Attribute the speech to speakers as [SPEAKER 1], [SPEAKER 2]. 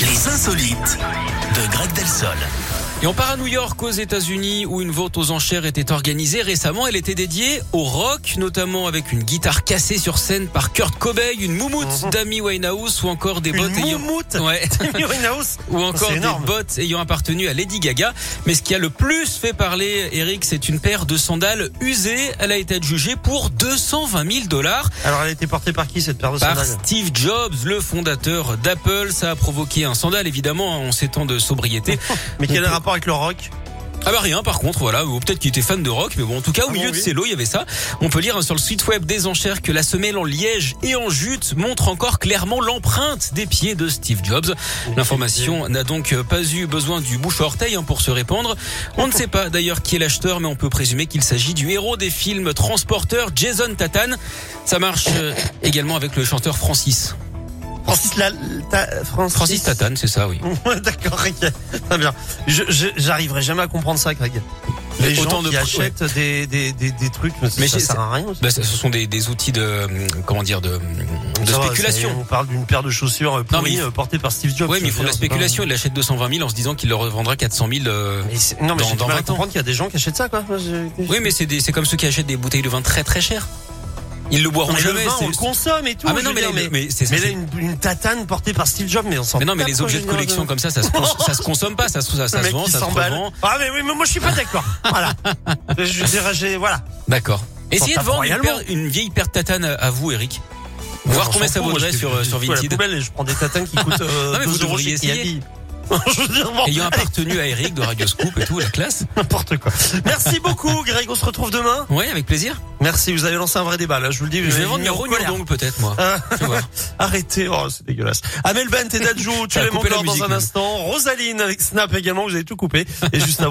[SPEAKER 1] Les insolites de Greg Delsol.
[SPEAKER 2] Et on part à New York, aux États-Unis, où une vente aux enchères était organisée récemment. Elle était dédiée au rock, notamment avec une guitare cassée sur scène par Kurt Cobain, une moumoute d'Amy Winehouse, ou encore des bottes
[SPEAKER 3] Mhm. Une
[SPEAKER 2] ayant...
[SPEAKER 3] moumoute
[SPEAKER 2] Ouais.
[SPEAKER 3] Amy Winehouse
[SPEAKER 2] ou encore
[SPEAKER 3] C'est
[SPEAKER 2] des
[SPEAKER 3] énorme.
[SPEAKER 2] bottes ayant appartenu à Lady Gaga. Mais ce qui a le plus fait parler Eric, c'est une paire de sandales usées. Elle a été adjugée pour 220 000 dollars
[SPEAKER 3] Alors elle a été portée par qui cette paire de
[SPEAKER 2] par
[SPEAKER 3] sandales
[SPEAKER 2] Steve Jobs, le fondateur d'Apple. Ça a provoqué un scandale, évidemment, en ces temps de sobriété.
[SPEAKER 3] Mais quel est
[SPEAKER 2] On
[SPEAKER 3] le
[SPEAKER 2] peut-
[SPEAKER 3] rapport avec le rock
[SPEAKER 2] Ah bah rien par contre voilà ou peut-être qu'il était fan de rock mais bon en tout cas au
[SPEAKER 3] Ah
[SPEAKER 2] milieu
[SPEAKER 3] bon,
[SPEAKER 2] de
[SPEAKER 3] oui.
[SPEAKER 2] ces lots il y avait ça on peut lire hein, sur le site web des enchères que la semelle en liège et en jute montre encore clairement l'empreinte des pieds de Steve Jobs l'information n'a donc euh, pas eu besoin du bouche à orteil hein, pour se répandre on ne sait pas d'ailleurs qui est l'acheteur mais on peut présumer qu'il s'agit du héros des films Transporteur Jason Tatum ça marche euh, également avec le chanteur Francis
[SPEAKER 3] Francis la... ta- Francis...
[SPEAKER 2] Francis Tatum c'est ça oui
[SPEAKER 3] Ouais, D'accord, Greg. Très bien. Je- je- J'arriverai jamais à comprendre ça, Greg. Les
[SPEAKER 2] Autant
[SPEAKER 3] gens
[SPEAKER 2] de
[SPEAKER 3] qui
[SPEAKER 2] pro-
[SPEAKER 3] achètent des, des, des, des trucs, mais,
[SPEAKER 2] Mais
[SPEAKER 3] ça
[SPEAKER 2] c'est-
[SPEAKER 3] sert à rien.
[SPEAKER 2] Bah, ce sont des, des outils de euh, comment dire de, de
[SPEAKER 3] Ça va,
[SPEAKER 2] spéculation
[SPEAKER 3] c'est- On parle d'une paire de chaussures euh,
[SPEAKER 2] Non,
[SPEAKER 3] pourries
[SPEAKER 2] mais-
[SPEAKER 3] euh, portée par Steve Jobs.
[SPEAKER 2] Ouais, mais ils
[SPEAKER 3] je
[SPEAKER 2] font de
[SPEAKER 3] veux
[SPEAKER 2] la
[SPEAKER 3] dire, c'est pas-
[SPEAKER 2] spéculation. Ils l'achètent 220 000 en se disant qu'ils le revendra 400 000. euh.
[SPEAKER 3] Mais c'est- Non, mais
[SPEAKER 2] Dans-
[SPEAKER 3] j'ai du
[SPEAKER 2] dans
[SPEAKER 3] mal à
[SPEAKER 2] 20 ans.
[SPEAKER 3] comprendre qu'il y a des gens qui achètent ça, quoi. Moi, je-
[SPEAKER 2] Oui, mais c'est des- c'est comme ceux qui achètent des bouteilles de vin très très chères. Ils le boiront
[SPEAKER 3] Non, mais le
[SPEAKER 2] jamais.
[SPEAKER 3] vin,
[SPEAKER 2] c'est-
[SPEAKER 3] on le consomme et tout.
[SPEAKER 2] ah mais
[SPEAKER 3] je
[SPEAKER 2] non,
[SPEAKER 3] veux
[SPEAKER 2] mais,
[SPEAKER 3] dire,
[SPEAKER 2] les- mais c'est ça,
[SPEAKER 3] Mais
[SPEAKER 2] c'est-
[SPEAKER 3] là, une, une tatane portée par Steve Jobs, mais on s'en
[SPEAKER 2] mais non, mais
[SPEAKER 3] tape,
[SPEAKER 2] les
[SPEAKER 3] quoi,
[SPEAKER 2] objets
[SPEAKER 3] je
[SPEAKER 2] de
[SPEAKER 3] veux dire,
[SPEAKER 2] collection comme ça, ça se, cons- ça se consomme pas, ça se, ça, ça
[SPEAKER 3] Le
[SPEAKER 2] se
[SPEAKER 3] mec
[SPEAKER 2] vend,
[SPEAKER 3] qui
[SPEAKER 2] ça se
[SPEAKER 3] s'emballe.
[SPEAKER 2] revend.
[SPEAKER 3] Ah mais oui, mais moi je suis pas d'accord. voilà. Je veux dire, j'ai- voilà.
[SPEAKER 2] D'accord. Essayez de
[SPEAKER 3] tape
[SPEAKER 2] vendre une,
[SPEAKER 3] royalement.
[SPEAKER 2] paire- une vieille paire de tatane à, à vous, Eric.
[SPEAKER 3] On
[SPEAKER 2] Voir
[SPEAKER 3] s'en
[SPEAKER 2] combien ça
[SPEAKER 3] fout, moi,
[SPEAKER 2] vaudrait
[SPEAKER 3] je
[SPEAKER 2] sur,
[SPEAKER 3] fais-
[SPEAKER 2] euh, sur
[SPEAKER 3] je fous à la
[SPEAKER 2] Vinted.
[SPEAKER 3] poubelle et je prends des tatins qui coûtent euh,
[SPEAKER 2] Non, mais vous
[SPEAKER 3] 12 euros
[SPEAKER 2] devriez
[SPEAKER 3] chez Kiabi. Je veux dire, bon,
[SPEAKER 2] Ayant appartenu à Eric de Radio Scoop et tout, la classe.
[SPEAKER 3] n'importe quoi. Merci beaucoup, Greg. On se retrouve demain.
[SPEAKER 2] Ouais, avec plaisir.
[SPEAKER 3] Merci. Vous avez lancé un vrai débat. Là, je vous le dis.
[SPEAKER 2] Je
[SPEAKER 3] vous
[SPEAKER 2] vais
[SPEAKER 3] avez
[SPEAKER 2] vendre
[SPEAKER 3] mis
[SPEAKER 2] mes
[SPEAKER 3] en
[SPEAKER 2] rognons
[SPEAKER 3] colère.
[SPEAKER 2] donc peut-être, moi.
[SPEAKER 3] Ah.
[SPEAKER 2] Tu vois.
[SPEAKER 3] Arrêtez, oh, c'est dégueulasse. Amel Bent et Dadjo, tu
[SPEAKER 2] Ça a
[SPEAKER 3] l'aimes
[SPEAKER 2] coupé la
[SPEAKER 3] encore dans
[SPEAKER 2] musique,
[SPEAKER 3] un
[SPEAKER 2] même.
[SPEAKER 3] instant. Rosaline avec Snap également, vous avez tout coupé. Et juste avant.